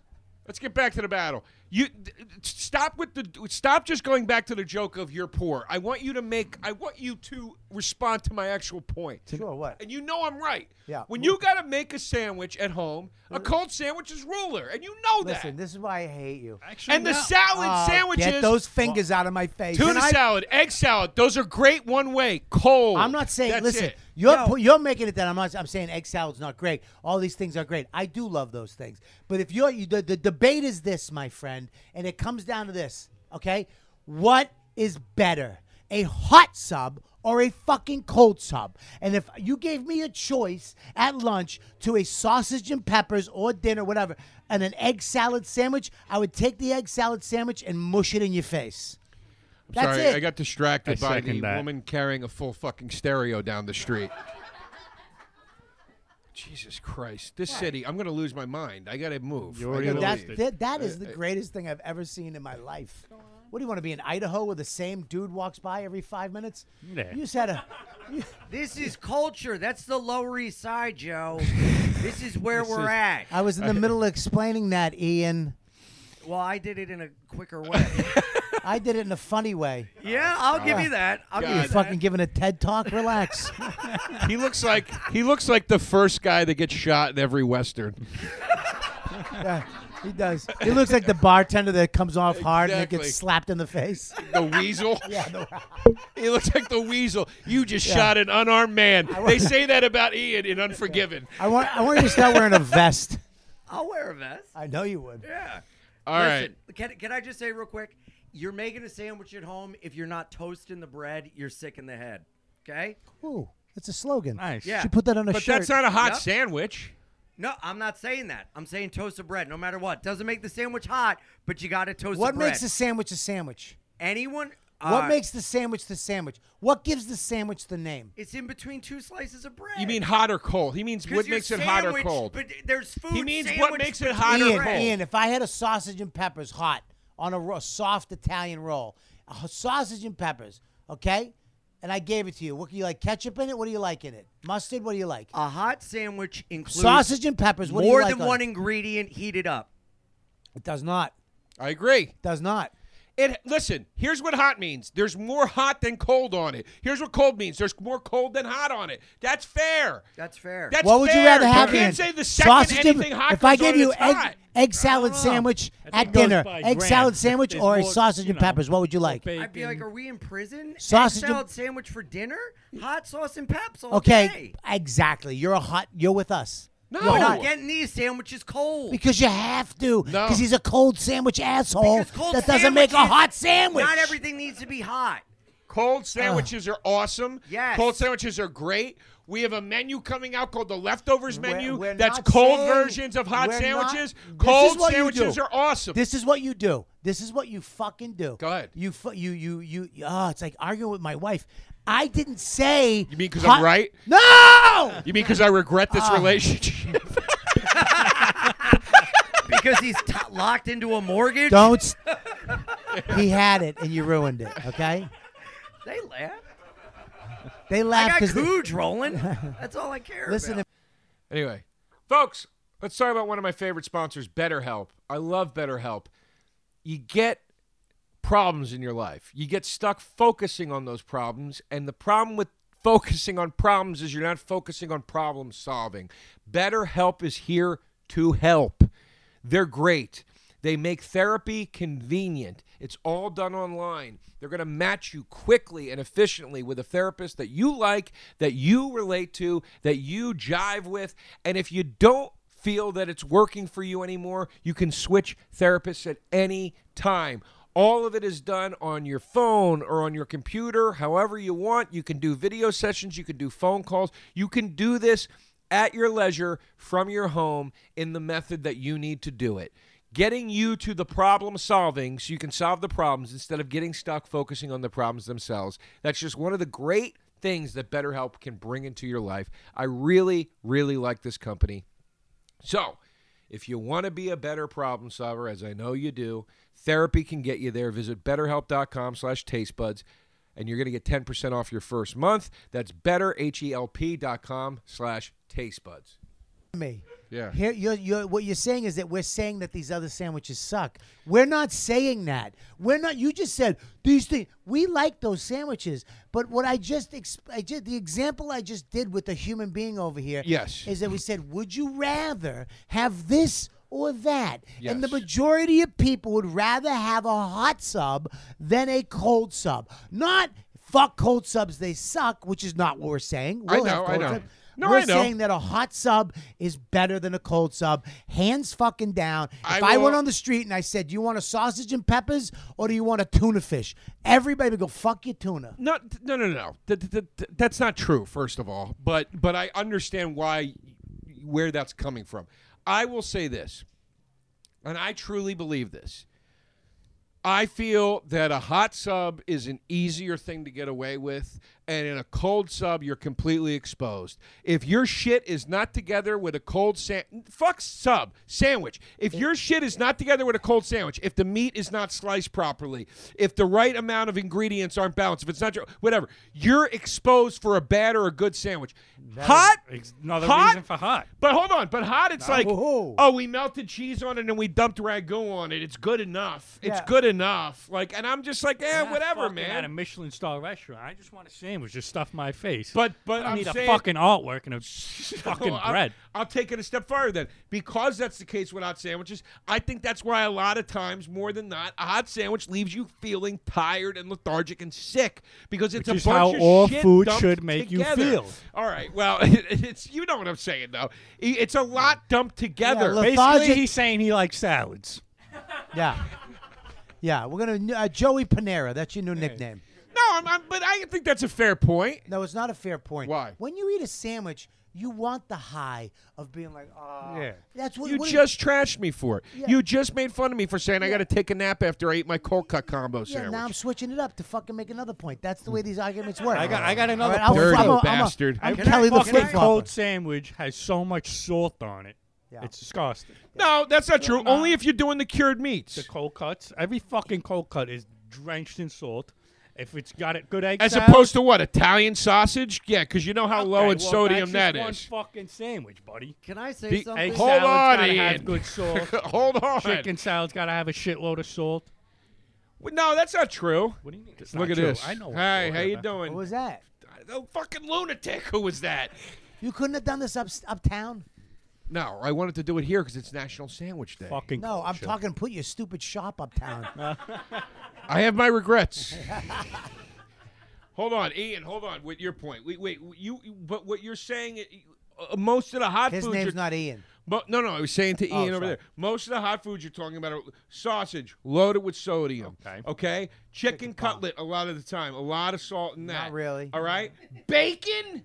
Let's get back to the battle. You d- d- stop with the stop just going back to the joke of you're poor. I want you to make I want you to respond to my actual point. Sure. What? And you know I'm right. Yeah. When you got to make a sandwich at home, a cold sandwich is ruler, and you know that. Listen, this is why I hate you. Actually, and the no. salad Oh, sandwiches Get those fingers out of my face. tuna Can I- salad, egg salad, those are great one way, cold. I'm not saying. That's listen, it. you're No. pu- you're making it that I'm not. I'm saying egg salad's not great. All these things are great. I do love those things. But if you're you, the the debate is this, my friend, and it comes down to this. Okay, what is better, a hot sub? Or a fucking cold sub. And if you gave me a choice at lunch to a sausage and peppers or dinner, whatever, and an egg salad sandwich, I would take the egg salad sandwich and mush it in your face. That's Sorry, it. I got I distracted by second the that. woman carrying a full fucking stereo down the street. Jesus Christ. This city, I'm going to lose my mind. I got to move. You I already gotta That's, leave. that, that is the greatest thing I've ever seen in my life. What do you want to be in Idaho where the same dude walks by every five minutes? Yeah. You uh, just had a. you- This is culture. That's the Lower East Side, Joe. this is where we're at. I was [laughs] in the middle of explaining that, Ian. well, I did it in a quicker way. I did it in a [laughs] funny way. yeah, I'll give you that. I'll God. give You're you that. fucking giving a TED talk. [laughs] Relax. he looks like he looks like the first guy that gets shot in every western. Yeah, he does. He looks like the bartender that comes off hard and then Exactly. gets slapped in the face. The weasel. [laughs] Yeah, no, He looks like the weasel. You just Yeah. shot an unarmed man. They say that about Ian in Unforgiven. I want. I want you to start wearing a vest. I'll wear a vest. I know you would. Yeah. All right. Listen, can, can I just say real quick? You're making a sandwich at home. If you're not toasting the bread, you're sick in the head. Okay? Ooh, that's a slogan. Nice. Yeah. Should put that on a But shirt. that's not a hot Yep. sandwich. No, I'm not saying that. I'm saying toast the bread no matter what. Doesn't make the sandwich hot, but you got to toast what the bread. makes a sandwich a sandwich? Anyone? What uh, makes the sandwich the sandwich? What gives the sandwich the name? It's in between two slices of bread. You mean hot or cold? He means 'Cause what your makes it hot or sandwich- cold. But there's food. He means what sandwiched makes it between hot or the Ian, bread. cold. Ian, if I had a sausage and peppers hot on a ro- soft Italian roll, a h- sausage and peppers, okay? And I gave it to you. What do you like? Ketchup in it? What do you like in it? Mustard? What do you like? Uh, A hot sandwich includes sausage and peppers. What do you more like than on one It? ingredient heated up. It does not. I agree. Does not. It listen. Here's what hot means. There's more hot than cold on it. Here's what cold means. There's more cold than hot on it. That's fair. That's fair. That's What would you fair. rather have? You Ian? can't say the second sausage and- anything hot. If I comes gave on, you it's egg, hot. egg salad sandwich I think at it goes dinner, by egg grams. salad If sandwich there's or a more, sausage you and know, peppers, what would you like? bacon. I'd be like, are we in prison? Egg Sausage and- salad sandwich for dinner? Hot sauce and peps all Okay, day. exactly. You're a hot. You're with us. No. You're I'm not. getting these sandwiches cold. Because you have No. to. Because he's a cold sandwich asshole. Because cold that doesn't make a sandwiches- hot sandwich. Not everything needs to be hot. Cold sandwiches are awesome. Yes. Cold sandwiches are great. We have a menu coming out called the leftovers menu. we're That's not cold saying- versions of hot we're not- sandwiches. This is cold what you sandwiches do. are awesome. This is what you do. This is what you fucking do. Go ahead. You fu- you you you. Oh, it's like arguing with my wife. I didn't say. you mean because I'm right? No. You mean because I regret Uh. this [laughs] relationship? [laughs] Because he's t- locked into a mortgage. Don't. s- he had it and you ruined it. Okay. They laugh. They I laugh got because [laughs] cooge rolling. That's all I care listen. about. Anyway, folks, let's talk about one of my favorite sponsors, BetterHelp. I love BetterHelp. You get problems in your life, you get stuck focusing on those problems, and the problem with focusing on problems is you're not focusing on problem solving. BetterHelp is here to help. They're great. They make therapy convenient. It's all done online. They're going to match you quickly and efficiently with a therapist that you like, that you relate to, that you jive with. And if you don't feel that it's working for you anymore, you can switch therapists at any time. All of it is done on your phone or on your computer, however you want. You can do video sessions, you can do phone calls, you can do this at your leisure from your home in the method that you need to do it. Getting you to the problem solving so you can solve the problems instead of getting stuck focusing on the problems themselves. That's just one of the great things that BetterHelp can bring into your life. I really, really like this company. So, if you want to be a better problem solver, as I know you do, therapy can get you there. Visit betterhelp.com slash tastebuds, and you're going to get 10% off your first month. That's E betterhelp.com slash tastebuds. me. Yeah. Here, you're, you're, what you're saying is that we're saying that these other sandwiches suck. We're not saying that. We're not. You just said these things. We like those sandwiches, but what I just, exp- I just the example I just did with the human being over here. Yes. Is that we said, would you rather have this? Or that, and the Yes. majority of people would rather have a hot sub than a cold sub. Not fuck cold subs; they suck, which is not what we're saying. I We'll have know, I cold know. subs. No, we're I know. saying that a hot sub is better than a cold sub. Hands fucking down. If I I, went will- on the street and I said, "Do you want a sausage and peppers, or do you want a tuna fish?" Everybody would go, "Fuck your tuna." Not, no, no, no. Th- th- th- that's not true, first of all. But, but I understand why, where that's coming from. I will say this, and I truly believe this. I feel that a hot sub is an easier thing to get away with, and in a cold sub, you're completely exposed. If your shit is not together with a cold sa- fuck sub sandwich, if your shit is not together with a cold sandwich, if the meat is not sliced properly, if the right amount of ingredients aren't balanced, if it's not your whatever, you're exposed for a bad or a good sandwich. hot, Ex- another hot, reason for hot. but hold on, but hot, it's like, Whoa. oh, we melted cheese on it and we dumped ragu on it. It's good enough. It's Yeah. good enough. Like, and I'm just like, eh, Not whatever, fucking At a man. Michelin star restaurant, I just want a sandwich to stuff my face. But I but don't I'm need saying, a fucking artwork and a fucking I'll- bread. I'll take it a step further then, because that's the case with hot sandwiches. I think that's why a lot of times, more than not, a hot sandwich leaves you feeling tired and lethargic and sick because it's Which a is bunch how of all shit food dumped should make you together. feel. All right, well, [laughs] it's you know what I'm saying though. It's a lot dumped together. look- Basically, Lethargic- he's saying he likes salads. Yeah, yeah. We're gonna uh, Joey Panera. That's your new nickname. no, I'm, I'm, but I think that's a fair point. No, it's not a fair point. Why? When you eat a sandwich, you want the high of being like, "Oh, Yeah. That's what You what do just trashed me for it. Yeah. You just made fun of me for saying I got to take a nap after I eat my cold cut combo Yeah, sandwich. now I'm switching it up to fucking make another point. That's the way these arguments work. I got- I got another All I'll- point. I'm a- I'm a- Bastard. I'm Can I Kelly the fucking Flip Flopper. cold sandwich has so much salt on it. Yeah. It's disgusting. no, that's not true. Only if you're doing the cured meats. The cold cuts, every fucking cold cut is drenched in salt. If it's got a good egg As salad- opposed to what Italian sausage? Yeah, because you know how Okay, low in well, sodium that that's just is. One fucking sandwich, buddy. Can I say The- something? Egg Hold salad's on, gotta Ian. have good [laughs] salt. Hold on. Chicken salad's gotta have a shitload of salt. Well, No, that's not true. What do you mean? It's Look at not true? this. I know. what Hey, I'm how you talking about. doing? What was that? The fucking lunatic. Who was that? You couldn't have done this up uptown. No, I wanted to do it here because it's National Sandwich Day. Fucking No, I'm culture. talking. Put your stupid shop [laughs] uptown. I have my regrets. [laughs] hold on, Ian. Hold on. With your point, wait, wait. You, but what you're saying, uh, most of the hot His foods. name's you're- not Ian. Mo- no, no. I was saying to Ian Oh, over sorry. there. Most of the hot foods you're talking about are sausage loaded with sodium. Okay. Okay. Chicken, cutlet a lot of the time. A lot of salt in that. Not really. All right. Bacon.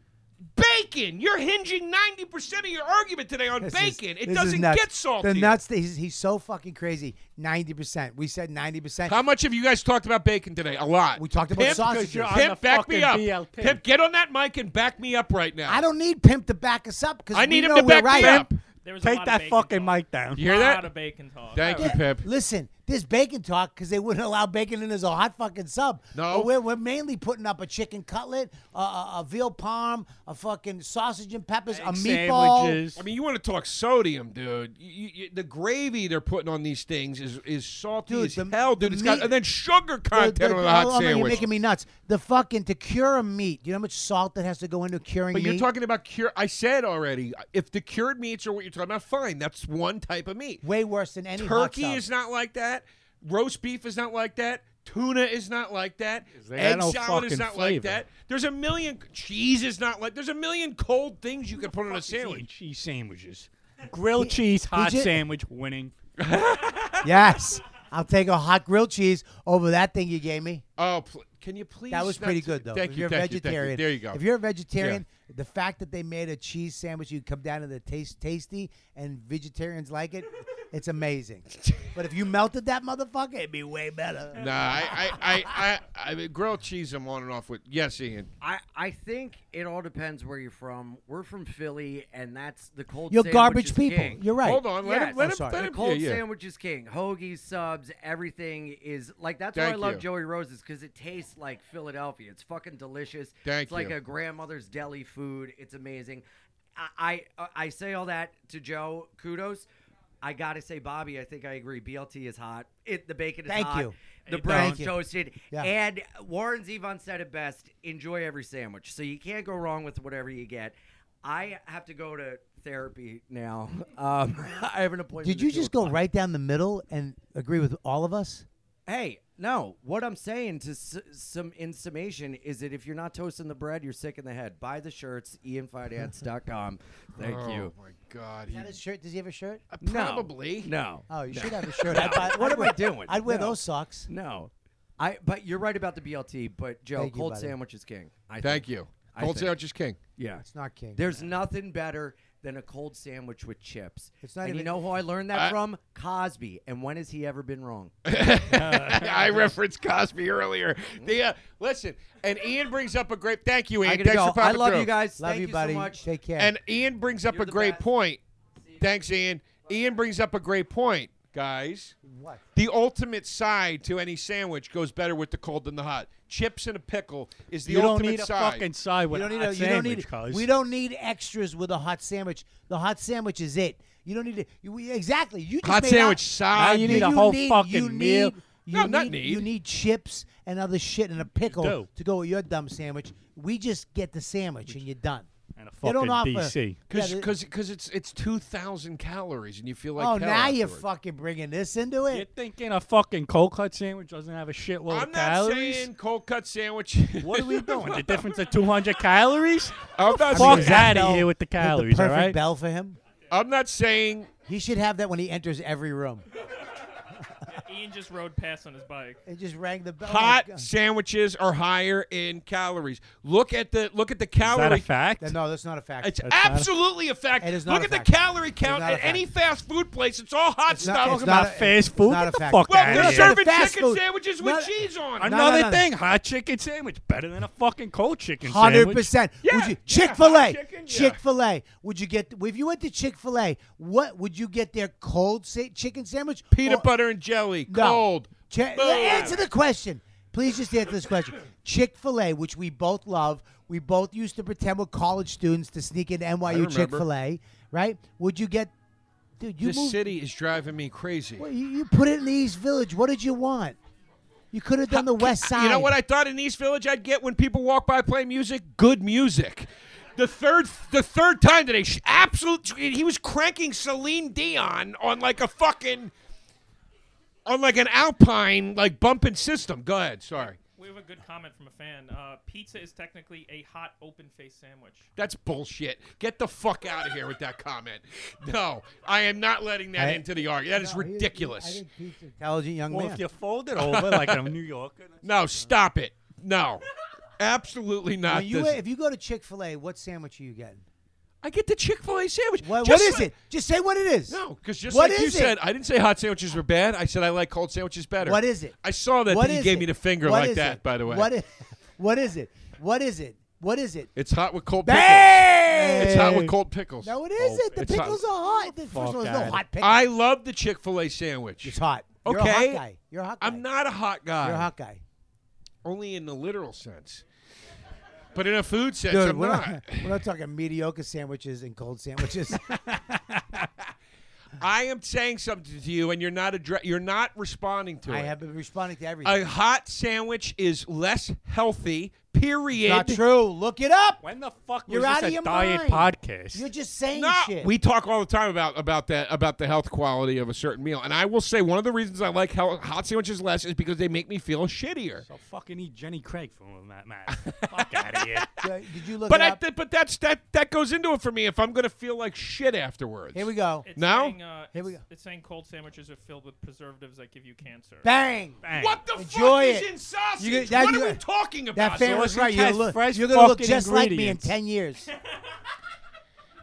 Bacon. You're hinging ninety percent of your argument today on This is- bacon. this it is doesn't nuts. get salty. The nuts. that He's, he's so fucking crazy. Ninety percent. We said ninety percent. How much have you guys talked about bacon today? A lot. We talked about Pimp, sausages. you're on Pimp, the back me fucking up. BLT. Pimp, get on that mic and back me up right now. I don't need pimp to back us up because I need we him know to we're back me right. up. There was a Take lot of that bacon fucking talk. mic down. You hear A that? lot of bacon talk. Thank you, Yeah, Pimp. Listen, this bacon talk because they wouldn't allow bacon in as a hot fucking sub. No. But we're, we're mainly putting up a chicken cutlet, a, a, a veal parm, a fucking sausage and peppers, a Egg meatball. I mean, you want to talk sodium, dude? You, you, you- the gravy they're putting on these things is is salty Dude, as the- hell, dude. the It's got meat- and then sugar The- content the- on a hot oh, man, sandwich. You're making me nuts. The fucking to cure a meat. You know how much salt that has to go into curing but meat. you're talking about cure. I said already, if the cured meats are what you're talking about, fine. That's one type of meat. way worse than any hot Turkey sub. is [laughs] not like that. Roast beef is not like that. Tuna is not like that. They got Egg no salad is fucking not like flavor. that. There's a million cheese is not like. There's a million cold things you could put on a Fuck is eating sandwich. [laughs] Cheese sandwiches. Grilled cheese hot ju- sandwich winning. Yes. I'll take a hot grilled cheese over that thing you gave me. Oh, pl- can you please? That was not pretty t- good, though. Thank if you. you're a thank you, thank vegetarian, You, There you go. If you're a vegetarian, the fact that they made a cheese sandwich, you come down to the taste tasty, and vegetarians like it, [laughs] it's amazing. but if you melted that motherfucker, it'd be way better. Nah, I, I, I, I, I mean, grilled cheese. I'm on and off with. Yes, Ian. I, I think it all depends where you're from. We're from Philly, and that's the cold. You're sandwich garbage is people. king. You're right. Hold on. Let Yes, him. Let I'm him. sorry. Let The him. cold yeah, yeah. sandwich is king. Hoagies, subs, everything is like that's why I Thank love you. Joey Rose's because it tastes like Philadelphia. It's fucking delicious. Thank it's like you. a grandmother's deli food. It's amazing. I, I I say all that to Joe. Kudos. I gotta say, Bobby, I think I agree. BLT is hot. It the bacon is Thank hot. you. The You bread's don't. toasted. Yeah. And Warren Zevon said it best: enjoy every sandwich. So you can't go wrong with whatever you get. I have to go to therapy now. [laughs] Um, I have an appointment. Did at you two just go o'clock. right down the middle and agree with all of us? Hey, no. What I'm saying to s- some in summation is that if you're not toasting the bread, you're sick in the head. Buy the shirts, ianfinance.com. Thank oh, you. my God. He, Is that his shirt? Does he have a shirt? Uh, No. probably. No. Oh, you should have a [laughs] shirt. I'd buy- What I'd am I wear- doing? I'd wear No. those socks. No. I but you're right about the BLT, but Joe, Thank you, cold buddy. sandwich is king. I Thank think. you. I Cold think- sandwich is [laughs] king. Yeah. It's not king. There's nothing better than a cold sandwich with chips. It's not and you even- know who I learned that I- from? Cosby. And when has he ever been wrong? Uh. I referenced Cosby earlier. The uh, listen, and Ian brings up a great. Thank you, I Ian. gotta Thanks go. for I popping love through. you guys. Love Thank you, buddy. so much. Take care. And Ian brings up You're a the great best. point. Thanks, Ian. Ian brings up a great point, guys. What? The ultimate side to any sandwich goes better with the cold than the hot. Chips and a pickle is the you don't ultimate need side. a fucking side you with don't need hot a, you don't sandwich, need, cuz. We don't need extras with a hot sandwich. The hot sandwich is it. You don't need to. You, we- exactly. You just Hot made sandwich out- side. Now you need a you whole need- fucking you meal. Need, you No, need, not need. You need chips and other shit and a pickle do. to go with your dumb sandwich. We just get the sandwich and you're done. And a They don't fucking offer- DC. Because Yeah, they- it's it's two thousand calories and you feel like oh, hell now you're afterward. fucking bringing this into You're it. thinking a fucking cold cut sandwich doesn't have a shitload I'm of not calories? saying cold cut [laughs] sandwich. What [laughs] are we doing? the difference of 200 calories? I'm not, Fuck saying, that out of bell- here with the the calories, all perfect right? bell for him. I'm not saying He should have that when he enters every room. Uh, Ian just rode past on his bike. It just rang Oh the bell. hot Like, uh, sandwiches are higher in calories. Look at the look at the Is that calorie. a fact? No, that's not a fact. It's not a- absolutely a fact. It is not Look a at fact. the calorie It is count at not a fact. any fast food place. It's all hot It's not- stuff. Talking it's about not a- fast food? not Get a the fact. fuck well, outta they're here. serving Fast chicken food. sandwiches with Not- cheese on. no, Another no. thing, hot chicken sandwich better than a fucking cold chicken Hundred sandwich. percent. Yeah, Would you yeah, Chick Fil hot A? chicken, yeah. Chick Fil A. Would you get if you went to Chick Fil A? What would you get their cold sa- chicken sandwich? Peanut or- butter and jelly, No. cold. Chi- Boom. answer the question. Please just answer this [laughs] question. Chick Fil A, which we both love, we both used to pretend we're college students to sneak into NYU remember. Chick Fil A, right? Would you get? Dude, you This moved. city is driving me crazy. well, you, you put it in the East Village. What did you want? You could have done the West Side. You know what I thought in East Village I'd get when people walk by play music? Good music. The third, the third time today, sh- absolute. He was cranking Celine Dion on like a fucking, on like an Alpine like bumping system. Go ahead. Sorry, We have a good comment from a fan. Uh, pizza is technically a hot open face sandwich. that's bullshit. Get the fuck out of here with that comment. No, I am not letting that I- into the argument. That is No, he- ridiculous. I think he's an intelligent young Well, man. if you fold it over like a New [laughs] Yorker, no, stop it. No, absolutely not. When you- this- if you go to Chick Fil A, what sandwich are you getting? I get the Chick Fil A sandwich. What, what Just is like- it? Just say what it is. No, because just What like you is it? said, I didn't say hot sandwiches were bad. I said I like cold sandwiches better. What is it? I saw that, What that he is gave it? me the finger What like is that. it? By the way, What is, [laughs] what is it? What is it? What is it? it's hot with cold Bang! pickles. It's hot with cold pickles. No, it isn't. Oh, the it's hot. pickles are hot. The- First of all, there's no that. hot pickles. I love the Chick Fil A sandwich. it's hot. You're a hot Okay. guy. You're a hot guy. I'm not a hot guy. You're a hot guy. Only in the literal sense. But in a food sense, Dude, I'm we're not. not, [laughs] we're not talking mediocre sandwiches and cold [laughs] sandwiches. I am saying something to you, and you're not addre- You're not responding to I it. have been responding to everything. a hot sandwich is less healthy Period. Not true. Look it up. When the fuck You're was out this of a your diet mind. podcast? You're just saying No, shit. we talk all the time about about that about the health quality of a certain meal, and I will say one of the reasons I like hel- hot sandwiches less is because they make me feel shittier. so fucking eat Jenny Craig from that matter. fuck [laughs] out of here. Uh, Did you look But it I up? th- but that's that that goes into it for me if I'm gonna feel like shit afterwards. Here we go. It's No? Saying, uh, Here we it's- go. It's saying cold sandwiches are filled with preservatives that give you cancer. Bang. Bang. What the fuck Enjoy is it. in sausage? You- that- what you- are we talking about? That fan was it's right. has You're, look, fresh you're gonna look fucking just like me in ingredients. ten [laughs] years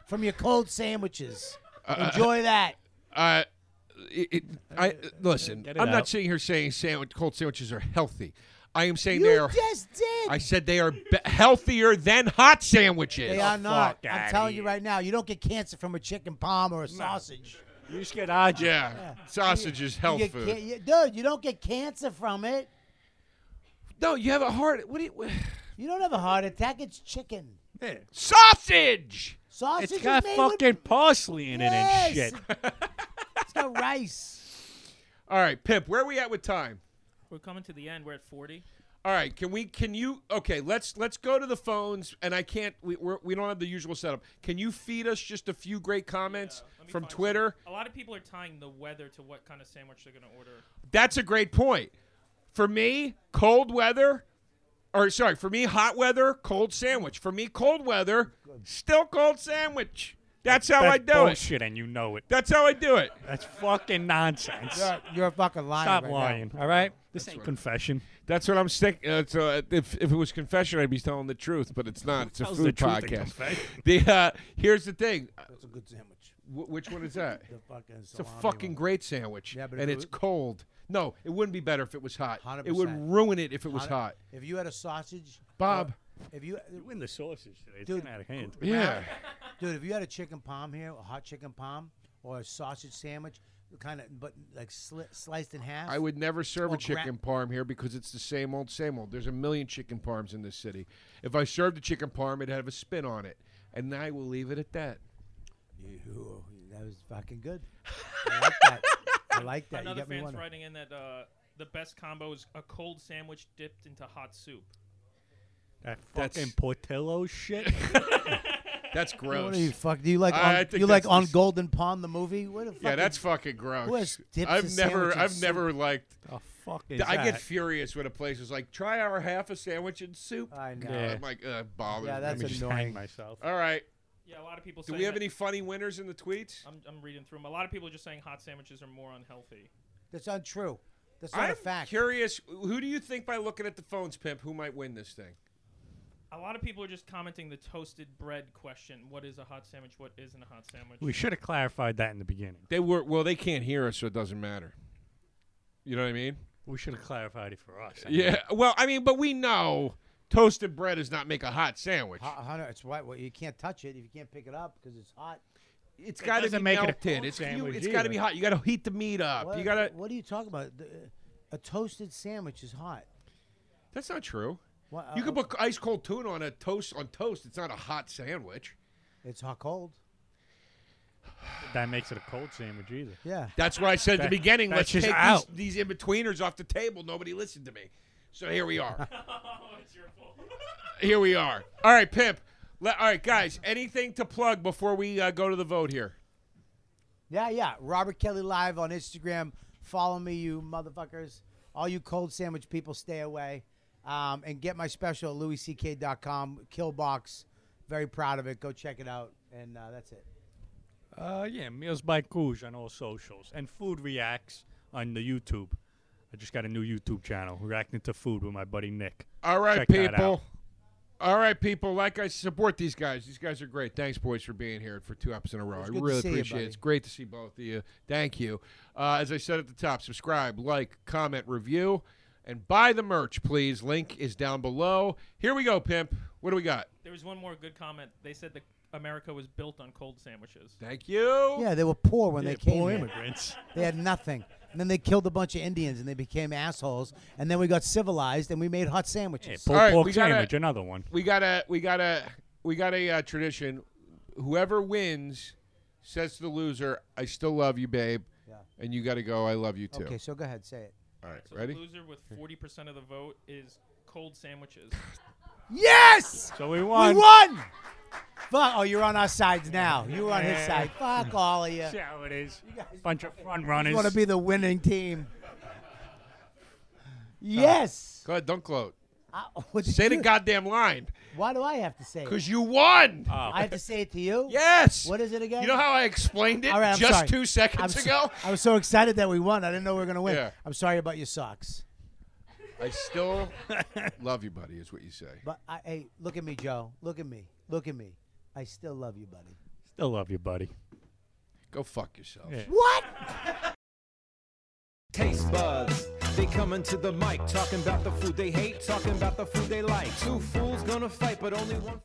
from your cold sandwiches. Enjoy that. uh, it, it, Uh, I listen. Get it I'm out. not sitting here saying sandwich, cold sandwiches are healthy. I am saying they You are. just did. I said they are be- healthier than hot sandwiches. they are not. fuck I'm outta telling you here. right now, you don't get cancer from a chicken palm or a sausage. You just get odd. Yeah, sausage is health You food. get- you- dude, you don't get cancer from it. No, you have a heart. What do you? [sighs] You don't have a heart attack. It's chicken. Sausage. Sausage It's is got made fucking with, parsley in Yes. it and shit. it's got [laughs] rice. All right, Pip. Where are we at with time? We're coming to the end. We're at 40. All right, can we? Can you? Okay, let's let's go to the phones. And I can't. We we're, we don't have the usual setup. Can you feed us just a few great comments let me from find Twitter? A lot of people are tying the weather to what kind of sandwich they're going to order. That's a great point. For me, cold weather, or sorry, for me, hot weather, cold sandwich. For me, cold weather, still cold sandwich. That's how I That's do it. bullshit, and you know it. That's how I do it. That's fucking nonsense. You're, you're a fucking liar. Stop right now. lying. All right, this ain't confession. That's what I'm sticking. Uh, so uh, if if it was confession, I'd be telling the truth, but it's not. It's a Tells food the truth in podcast. [laughs] confession. The uh, here's the thing. That's a good sandwich. W- which one is [laughs] that? The fucking It's a fucking great sandwich, Yeah, but and if it's it- cold. No, it wouldn't be better if it was hot. It would 100%. ruin it if it was hot. If you had a sausage, Bob. or if you You win the sausage today. It's Dude, getting out of hand. Yeah. Dude, if you had a chicken palm here, a hot chicken palm, or a sausage sandwich, kind of, but like sli- sliced in half. I would never serve Or a gra- chicken parm here because it's the same old, same old. There's a million chicken parms in this city. If I served a chicken parm, it'd have a spin on it. And I will leave it at that. You- that was fucking good. I like that. I like that. you Another got me fan's wondering. writing in that uh, the best combo is a cold sandwich dipped into hot soup. That That's- fucking [laughs] Portillo shit. That's What gross. do you fuck? Do you like? I- I On, think you like that's on dis- Golden Pond the movie? What a fucking, yeah, that's fucking gross. Who has dips I've in never, sandwich in I've soup? never liked. oh fuck is I get that? furious when a place is like, "Try our half a sandwich and soup." I know. Yeah. I'm like, uh, bothers Yeah, me. that's Let me just annoying. hang myself. All right. Yeah, a lot of people. Do saying we have that- any funny winners in the tweets? I'm, I'm reading through them. A lot of people are just saying hot sandwiches are more unhealthy. That's untrue. That's not I'm a fact. curious. Who do you think, by looking at the phones, pimp, who might win this thing? A lot of people are just commenting the toasted bread question. What is a hot sandwich? What isn't a hot sandwich? We should have clarified that in the beginning. They were well. They can't hear us, so it doesn't matter. You know what I mean? We should have clarified it for us. Yeah. Well, I mean, but we know toasted bread does not make a hot sandwich. Hot- hot- it's white. Well, you can't touch it if you can't pick it up because it's hot. It's got to be doesn't make it a melted. cold it's you- sandwich it's got to either. be hot. You got to heat the meat up. What, Uh, You got to. What are you talking about? The- uh, a toasted sandwich is hot. That's not true. What, You uh, can put ice cold tuna on a toast on toast. It's not a hot sandwich. It's hot cold. That makes it a cold sandwich either. Yeah. That's what I said at That- the beginning. that's Let's just take out. these, these in betweeners off the table. Nobody listened to me, so here we are. [laughs] [laughs] oh, it's your fault. [laughs] here we are. All right, pimp. Le- all right, guys. Anything to plug before we uh, go to the vote here? Yeah, yeah. Robert Kelly Live on Instagram. Follow me, you motherfuckers. All you cold sandwich people, stay away. Um, and get my special at louisck.com, Killbox. Very proud of it. Go check it out. And uh, that's it. Uh, yeah, Meals by Couge on all socials and Food Reacts on the YouTube. I just got a new YouTube channel, reacting to food with my buddy Nick. All right, Check that people. All right, people. Like I support these guys. These guys are great. Thanks, boys, for being here for two eps in a row. I good to really see you, appreciate it. buddy. It's great to see both of you. Thank you. Uh, as I said at the top, subscribe, like, comment, review, and buy the merch, please. Link is down below. Here we go, pimp. What do we got? There was one more good comment. They said that America was built on cold sandwiches. Thank you. Yeah, they were poor when they Yeah, came poor here. immigrants. They had nothing. And then they killed a bunch of Indians and they became assholes. And then we got civilized and we made hot Yeah, sandwiches. pulled right, pork we gotta- sandwich, another one. we got a we got a we got a uh, tradition. Whoever wins says to the loser, "I still love you, babe," Yeah. and you got to go. I love you too. Okay, so go ahead, say it. All right, So ready? the loser with 40% of the vote is cold sandwiches. Yes! So we We won. won! Fuck. Oh, you're on our sides now. You were on his side. Fuck all of you. That's how it is. Bunch of front runners. You want to be the winning team. Yes. Go ahead, don't gloat. I- [laughs] what did Say the you- goddamn line. Why do I have to say it? Because you won. Ah, I have to say it to you? yes. Uh, What is it again? You know how I explained it All right, I'm just sorry. two seconds I'm so- ago? I was so excited that we won. I didn't know we were going to win. Yeah. I'm sorry about your socks. I still [laughs] love you, buddy, is what you say. But I, hey, look at me, Joe. Look at me. Look at me. I still love you, buddy. Still love you, buddy. Go fuck yourself. Yeah. What? Taste buds. They coming to the mic, talking about the food they hate, talking about the food they like. Two fools gonna fight, but only one.